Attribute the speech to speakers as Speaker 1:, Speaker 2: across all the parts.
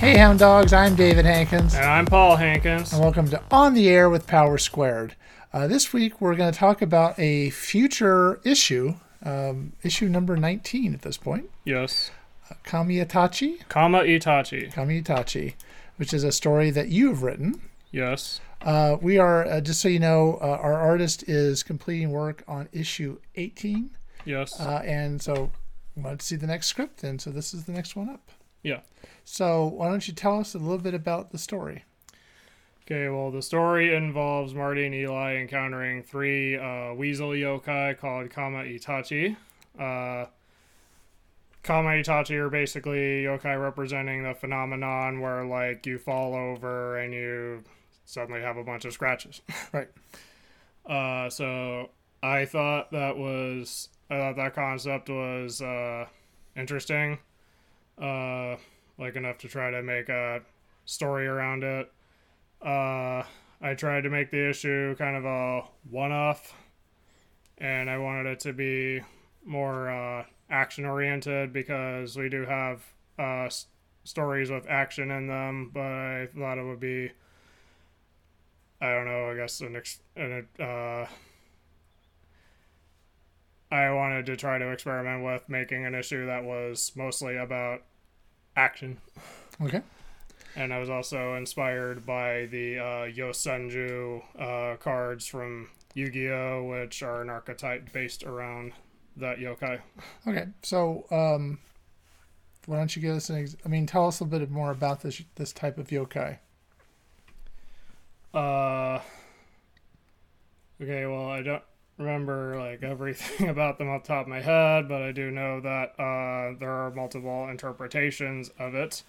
Speaker 1: Hey, hound dogs. I'm David Hankins,
Speaker 2: And I'm Paul Hankins.
Speaker 1: and welcome to On the Air with Power Squared. Uh, this week, we're going to talk about a future issue, um, issue number 19 at this point,
Speaker 2: Yes.
Speaker 1: Kamiitachi,
Speaker 2: Kama Itachi.
Speaker 1: Kamiitachi, which is a story that you've written.
Speaker 2: Yes.
Speaker 1: Uh, we are, uh, just so you know, uh, our artist is completing work on issue 18,
Speaker 2: Yes.
Speaker 1: uh, and so we wanted to see the next script, and so this is the next one up.
Speaker 2: yeah.
Speaker 1: So why don't you tell us a little bit about the story?
Speaker 2: Okay, well, the story involves Marty and Eli encountering three uh, weasel yokai called Kama Itachi. Uh, Kama Itachi are basically yokai representing the phenomenon where, like, you fall over and you suddenly have a bunch of scratches.
Speaker 1: Right.
Speaker 2: Uh, so I thought that was I thought that concept was uh, interesting, uh, like enough to try to make a story around it. Uh, I tried to make the issue kind of a one-off, and I wanted it to be more uh, action-oriented because we do have uh, s- stories with action in them, but I thought it would be I don't know. I guess an ex- an uh, I wanted to try to experiment with making an issue that was mostly about action,
Speaker 1: Okay.
Speaker 2: and I was also inspired by the uh, Yosenju uh, cards from Yu-Gi-Oh, which are an archetype based around that yokai.
Speaker 1: Okay, so um, why don't you give us an? Ex- I mean, tell us a bit more about this this type of yokai.
Speaker 2: Uh, okay, well, I don't remember like everything about them off the top of my head, but I do know that uh, there are multiple interpretations of it,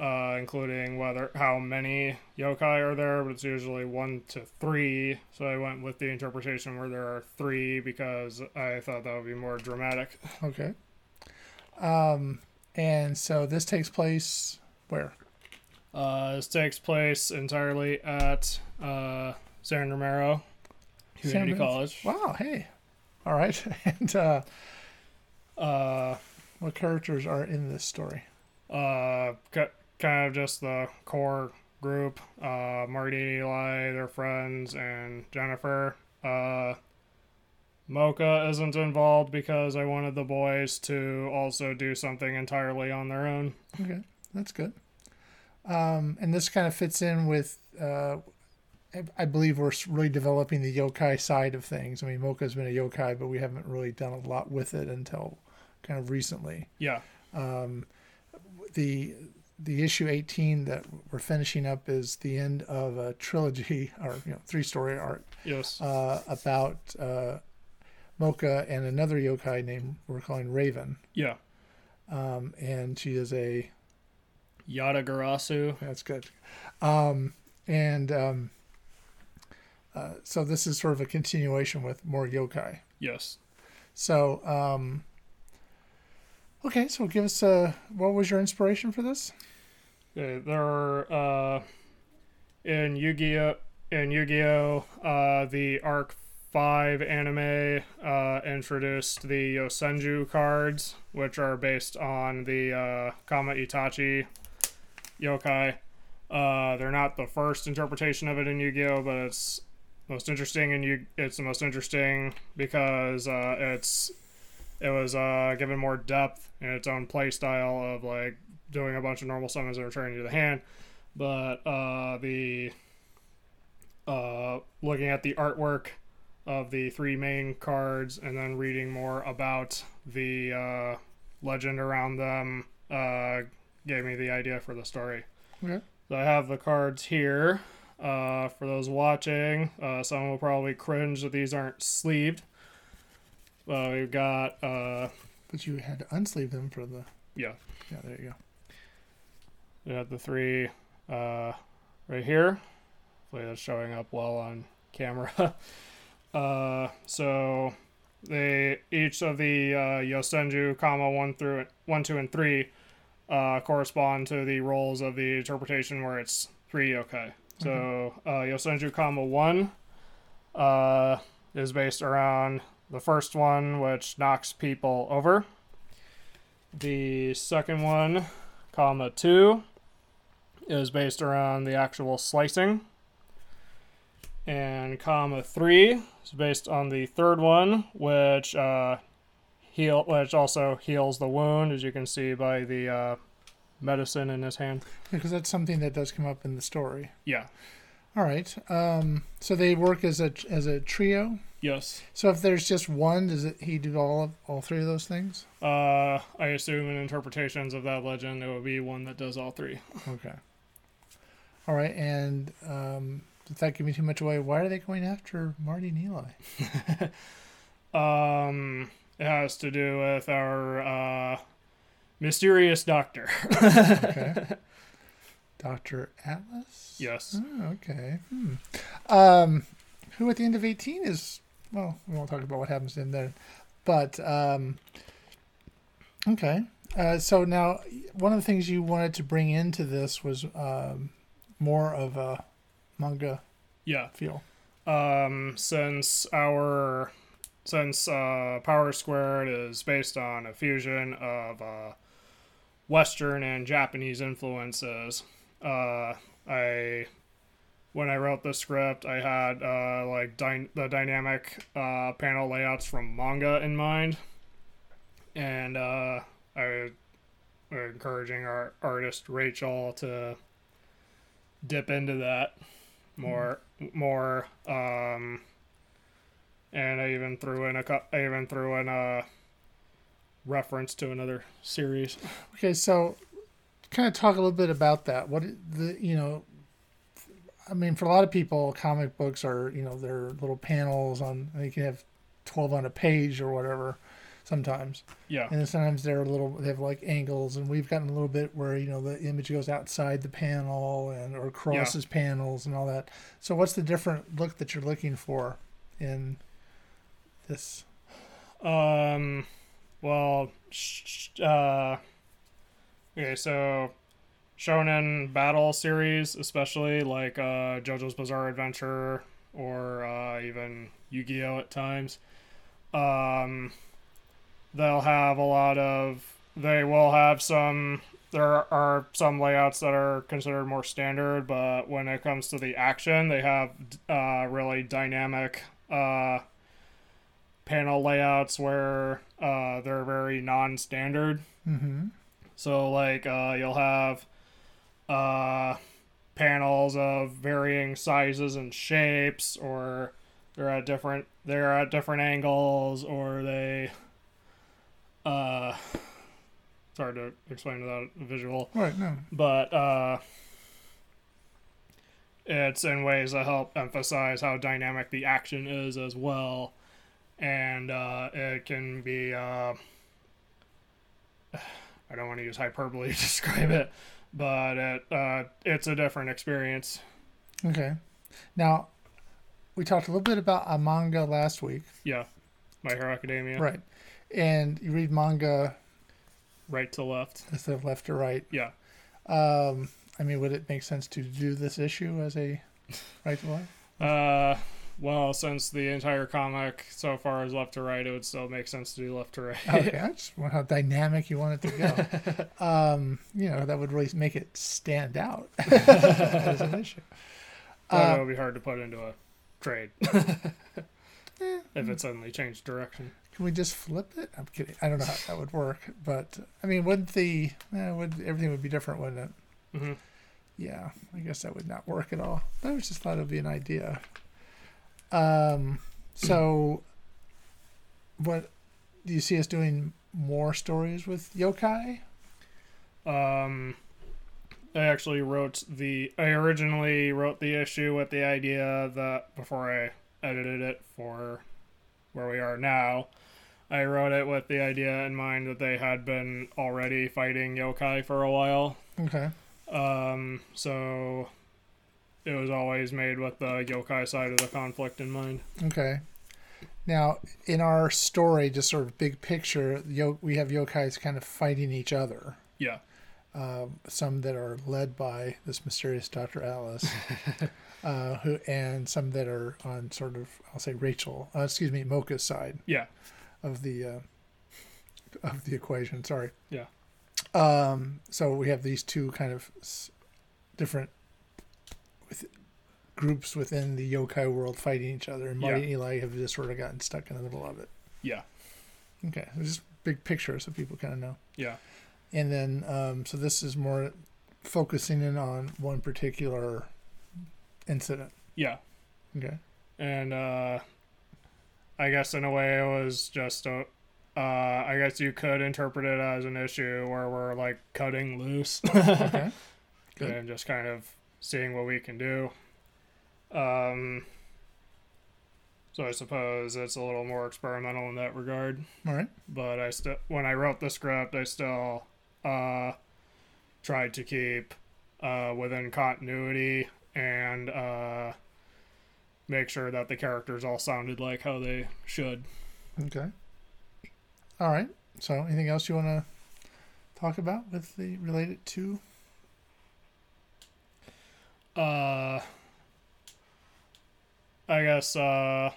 Speaker 2: uh, including whether how many yokai are there, but it's usually one to three. So I went with the interpretation where there are three because I thought that would be more dramatic.
Speaker 1: Okay. Um, and so this takes place where?
Speaker 2: Uh, this takes place entirely at uh, San Romero Community
Speaker 1: Romero?
Speaker 2: College.
Speaker 1: Wow. Hey. All right. And uh,
Speaker 2: Uh,
Speaker 1: what characters are in this story?
Speaker 2: uh, ki- kind of just the core group. Uh, Marty, Eli, their friends, and Jennifer. Uh, Mocha isn't involved because I wanted the boys to also do something entirely on their own.
Speaker 1: Okay, that's good. Um, and this kind of fits in with. Uh, I- I believe we're s- really developing the yokai side of things. I mean, Mocha's been a yokai, but we haven't really done a lot with it until kind of recently.
Speaker 2: Yeah,
Speaker 1: the the issue 18 that we're finishing up is the end of a trilogy or you know three story arc
Speaker 2: yes.
Speaker 1: uh, about uh, Mocha and another yokai named we're calling Raven
Speaker 2: yeah.
Speaker 1: um, and she is a
Speaker 2: Yadagarasu.
Speaker 1: that's good um, and um, uh, so this is sort of a continuation with more yokai
Speaker 2: Yes.
Speaker 1: so um, okay so give us a what was your inspiration for this
Speaker 2: Okay, there are uh, in Yu-Gi-Oh, in Yu-Gi-Oh, uh, the Arc Five anime uh, introduced the Yosenju cards, which are based on the uh, Kama Itachi yokai. Uh, they're not the first interpretation of it in Yu-Gi-Oh, but it's most interesting in Yu. It's the most interesting because uh, it's it was uh, given more depth in its own play style of like doing a bunch of normal summons and returning to the hand. But uh, the uh, looking at the artwork of the three main cards and then reading more about the uh, legend around them uh, gave me the idea for the story.
Speaker 1: okay
Speaker 2: So I have the cards here. Uh, for those watching, uh, some will probably cringe that these aren't sleeved. Well, we've got uh,
Speaker 1: but you had to unsleeve them for the
Speaker 2: yeah,
Speaker 1: yeah there you go
Speaker 2: We have the three uh, right here. Hopefully that's showing up well on camera. uh, so they each of the uh, Yosenju, comma one through one, two, and three uh, correspond to the roles of the interpretation where it's three yokai. So uh, Yosenju, comma one uh, is based around the first one, which knocks people over. The second one, comma two is based around the actual slicing. And comma three is based on the third one, which uh, heal, which also heals the wound, as you can see by the uh, medicine in his hand.
Speaker 1: Because that's something that does come up in the story.
Speaker 2: Yeah.
Speaker 1: All right. Um, so they work as a as a trio.
Speaker 2: Yes.
Speaker 1: So if there's just one, does it, he do all of, all three of those things?
Speaker 2: Uh, I assume in interpretations of that legend, there will be one that does all three.
Speaker 1: Okay. All right, and um, did that give me too much away? Why are they going after Marty and Eli?
Speaker 2: Um, it has to do with our uh, mysterious doctor.
Speaker 1: Okay. Doctor Atlas.
Speaker 2: yes.
Speaker 1: Oh, okay. Hmm. Um, who at the end of eighteen is well, we won't talk about what happens in there, but um, okay. Uh, so now, one of the things you wanted to bring into this was um, more of a manga
Speaker 2: Yeah.
Speaker 1: feel.
Speaker 2: um, since our since uh, Power Squared is based on a fusion of uh, Western and Japanese influences, uh, I when I wrote the script, I had uh, like dy- the dynamic uh, panel layouts from manga in mind, and uh, I we're encouraging our artist Rachel to dip into that more more um and i even threw in a cou- i even threw in a reference to another series
Speaker 1: Okay, so kind of talk a little bit about that. What the you know, I mean, for a lot of people, comic books are you know they're little panels on. They can have twelve on a page or whatever sometimes,
Speaker 2: yeah
Speaker 1: and then sometimes they're a little they have like angles, and we've gotten a little bit where you know the image goes outside the panel and or crosses panels and all that. So what's the different look that you're looking for in this?
Speaker 2: Um, well, sh- sh- uh, okay, so shonen battle series, especially like uh, JoJo's Bizarre Adventure or uh, even Yu-Gi-Oh at times, um, they'll have a lot of. They will have some. There are some layouts that are considered more standard, but when it comes to the action, they have uh, really dynamic. Uh, panel layouts where uh, they're very non-standard.
Speaker 1: Mm-hmm.
Speaker 2: So like uh, you'll have uh, panels of varying sizes and shapes, or they're at different they're at different angles, or they. Uh, it's hard to explain without a visual
Speaker 1: All right, no.
Speaker 2: but uh, it's in ways that help emphasize how dynamic the action is as well, and uh, it can be. Uh, I don't want to use hyperbole to describe it, but it uh, it's a different experience.
Speaker 1: Okay. Now, we talked a little bit about a manga last week,
Speaker 2: Yeah, My Hero Academia, right,
Speaker 1: right? And you read manga
Speaker 2: to left.
Speaker 1: instead of left to right.
Speaker 2: Yeah,
Speaker 1: Um, I mean, would it make sense to do this issue as a right to left?
Speaker 2: uh, well, since the entire comic so far is left to right, it would still make sense to do left to right.
Speaker 1: Okay, I just want how dynamic you want it to go. um, you know, that would really make it stand out as an issue.
Speaker 2: But
Speaker 1: Uh,
Speaker 2: it would be hard to put into a trade if it suddenly changed direction.
Speaker 1: Can we just flip it? I'm kidding. I don't know how that would work, but I mean, would the eh, would everything would be different, wouldn't it?
Speaker 2: Mhm.
Speaker 1: Yeah, I guess that would not work at all. But I was just thought it'd be an idea. Um, so what do you see us doing more stories with yokai?
Speaker 2: Um, I actually wrote the. I originally wrote the issue with the idea that before I edited it for where we are now, I wrote it with the idea in mind that they had been already fighting yokai for a while.
Speaker 1: Okay.
Speaker 2: Um, so it was always made with the yokai side of the conflict in mind.
Speaker 1: Okay. Now, in our story, just sort of big picture, yo- we have yokais kind of fighting each other.
Speaker 2: Yeah.
Speaker 1: um, some that are led by this mysterious Dr. Alice, uh, who and some that are on sort of I'll say Rachel, uh, excuse me, Mocha's side
Speaker 2: Yeah.
Speaker 1: of the uh, of the equation. Sorry.
Speaker 2: Yeah.
Speaker 1: Um, so we have these two kind of s- different with groups within the yokai world fighting each other, and Marty
Speaker 2: Yeah.
Speaker 1: and Eli have just sort of gotten stuck in the middle of it.
Speaker 2: Yeah.
Speaker 1: Okay, so just big picture so people kind of know.
Speaker 2: Yeah.
Speaker 1: And then, um, so this is more focusing in on one particular incident.
Speaker 2: Yeah.
Speaker 1: Okay.
Speaker 2: and uh i guess in a way it was just a uh i guess you could interpret it as an issue where we're like cutting loose
Speaker 1: Okay. good.
Speaker 2: and just kind of seeing what we can do um so i suppose it's a little more experimental in that regard
Speaker 1: All right.
Speaker 2: but i still when i wrote the script i still uh tried to keep uh within continuity and uh make sure that the characters all sounded like how they should
Speaker 1: Okay. All right. So, anything else you want to talk about with the related to?
Speaker 2: uh i guess uh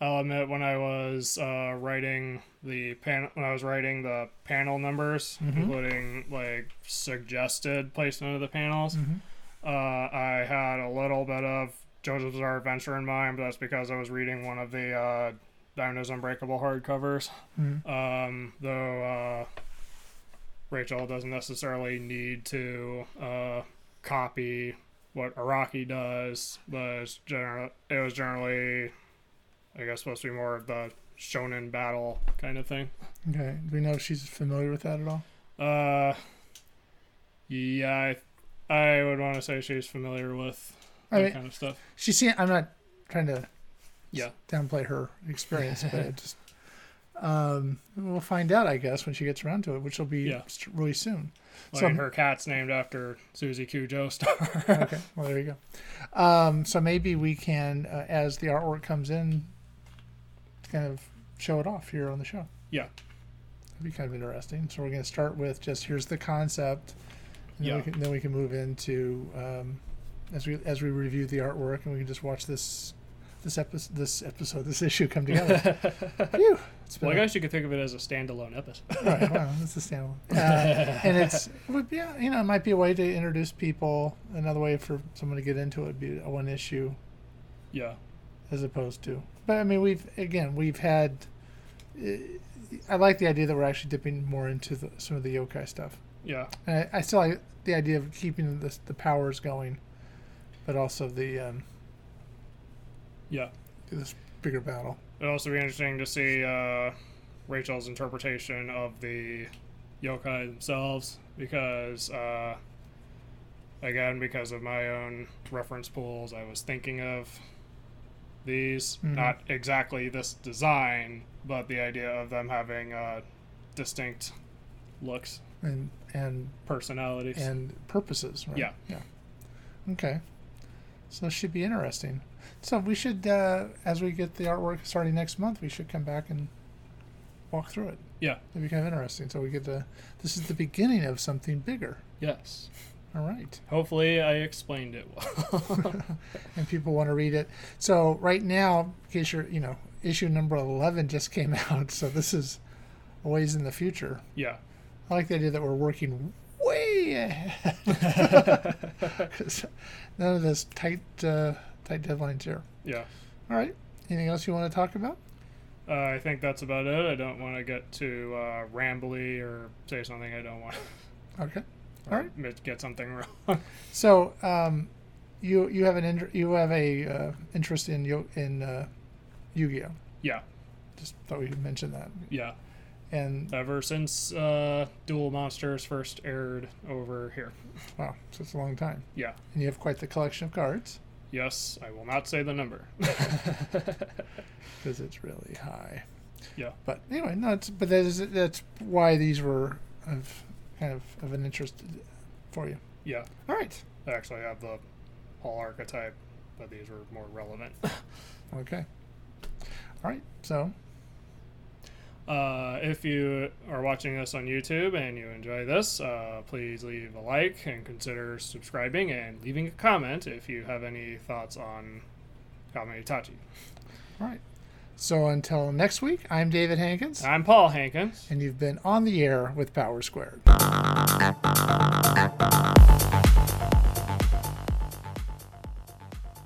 Speaker 2: i'll admit when i was uh writing the panel when i was writing the panel numbers
Speaker 1: Mhm.
Speaker 2: including like suggested placement of the panels
Speaker 1: Mm-hmm.
Speaker 2: Uh, I had a little bit of Joseph's Bizarre Adventure in mind, but that's because I was reading one of the uh, Diamond's Unbreakable hardcovers.
Speaker 1: Mm-hmm.
Speaker 2: Um, though uh, Rachel doesn't necessarily need to uh, copy what Araki does, but it's gener- it was generally, I guess, supposed to be more of the shonen battle kind of thing.
Speaker 1: Okay. Do we know if she's familiar with that at all?
Speaker 2: Uh, yeah, I, I would want to say she's familiar with
Speaker 1: I
Speaker 2: that
Speaker 1: mean,
Speaker 2: kind of stuff.
Speaker 1: she's seen. I'm not trying to
Speaker 2: Yeah.
Speaker 1: downplay her experience, but it just um, we'll find out, I guess, when she gets around to it, which will be
Speaker 2: Yeah.
Speaker 1: st- really soon.
Speaker 2: Like
Speaker 1: So-
Speaker 2: her cat's named after Susie Q. Joestar.
Speaker 1: okay. Well, there you go. Um, so maybe we can, uh, as the artwork comes in, kind of show it off here on the show.
Speaker 2: Yeah.
Speaker 1: That'd be kind of interesting. So we're going to start with just here's the concept. And then,
Speaker 2: Yeah.
Speaker 1: we can, then we can move into um, as we as we review the artwork, and we can just watch this this episode this episode this issue come together. Phew, it's been
Speaker 2: well, I
Speaker 1: a-
Speaker 2: guess you could think of it as a standalone episode.
Speaker 1: right, well, that's the standalone. Uh, and it's it would be, you know, it might be a way to introduce people. Another way for someone to get into it would be a one issue
Speaker 2: yeah.
Speaker 1: as opposed to. But I mean, we've again we've had. uh, I like the idea that we're actually dipping more into the, some of the yokai stuff,
Speaker 2: Yeah.
Speaker 1: and I, I still like the idea of keeping the the powers going, but also the um,
Speaker 2: Yeah.
Speaker 1: this bigger battle.
Speaker 2: It'd also be interesting to see uh, Rachel's interpretation of the yokai themselves because, uh, again, because of my own reference pools, I was thinking of these.
Speaker 1: Mhm.
Speaker 2: Not exactly this design, but the idea of them having uh, distinct looks,
Speaker 1: and and
Speaker 2: personalities.
Speaker 1: and purposes. Right?
Speaker 2: Yeah.
Speaker 1: Yeah. Okay. So it should be interesting. So we should, uh, as we get the artwork starting next month, we should come back and walk through it.
Speaker 2: Yeah.
Speaker 1: It'd be kind of interesting. So we get to. This is the beginning of something bigger.
Speaker 2: yes.
Speaker 1: All right.
Speaker 2: Hopefully, I explained it well.
Speaker 1: And people want to read it. So right now, in case you're, you know, issue number eleven just came out. So this is a ways in the future.
Speaker 2: yeah.
Speaker 1: I like the idea that we're working way ahead. 'Cause None of this tight, uh, tight deadlines here.
Speaker 2: Yeah.
Speaker 1: All right. Anything else you want to talk about?
Speaker 2: Uh, I think that's about it. I don't want to get too uh, rambly or say something I don't want
Speaker 1: Okay. All
Speaker 2: or
Speaker 1: right.
Speaker 2: get something wrong.
Speaker 1: So, um, you you have an inter- you have a uh, interest in Yo- in uh, Yu-Gi-Oh.
Speaker 2: yeah.
Speaker 1: Just thought we'd mention that.
Speaker 2: Yeah.
Speaker 1: And
Speaker 2: Ever since uh, Duel Monsters first aired over here.
Speaker 1: wow, so it's a long time.
Speaker 2: Yeah.
Speaker 1: And you have quite the collection of cards
Speaker 2: Yes, I will not say the number.
Speaker 1: because it's really high.
Speaker 2: Yeah.
Speaker 1: But anyway, no, it's but that is that's why these were of kind of of an interest uh, for you.
Speaker 2: yeah.
Speaker 1: All right.
Speaker 2: I actually have the whole archetype, but these were more relevant.
Speaker 1: Okay. All right. So
Speaker 2: Uh, if you are watching this on YouTube and you enjoy this, uh, please leave a like and consider subscribing and leaving a comment if you have any thoughts on Kame Itachi.
Speaker 1: all right. So until next week, I'm David Hankins,
Speaker 2: I'm Paul Hankins.
Speaker 1: and you've been on the air with Power Squared.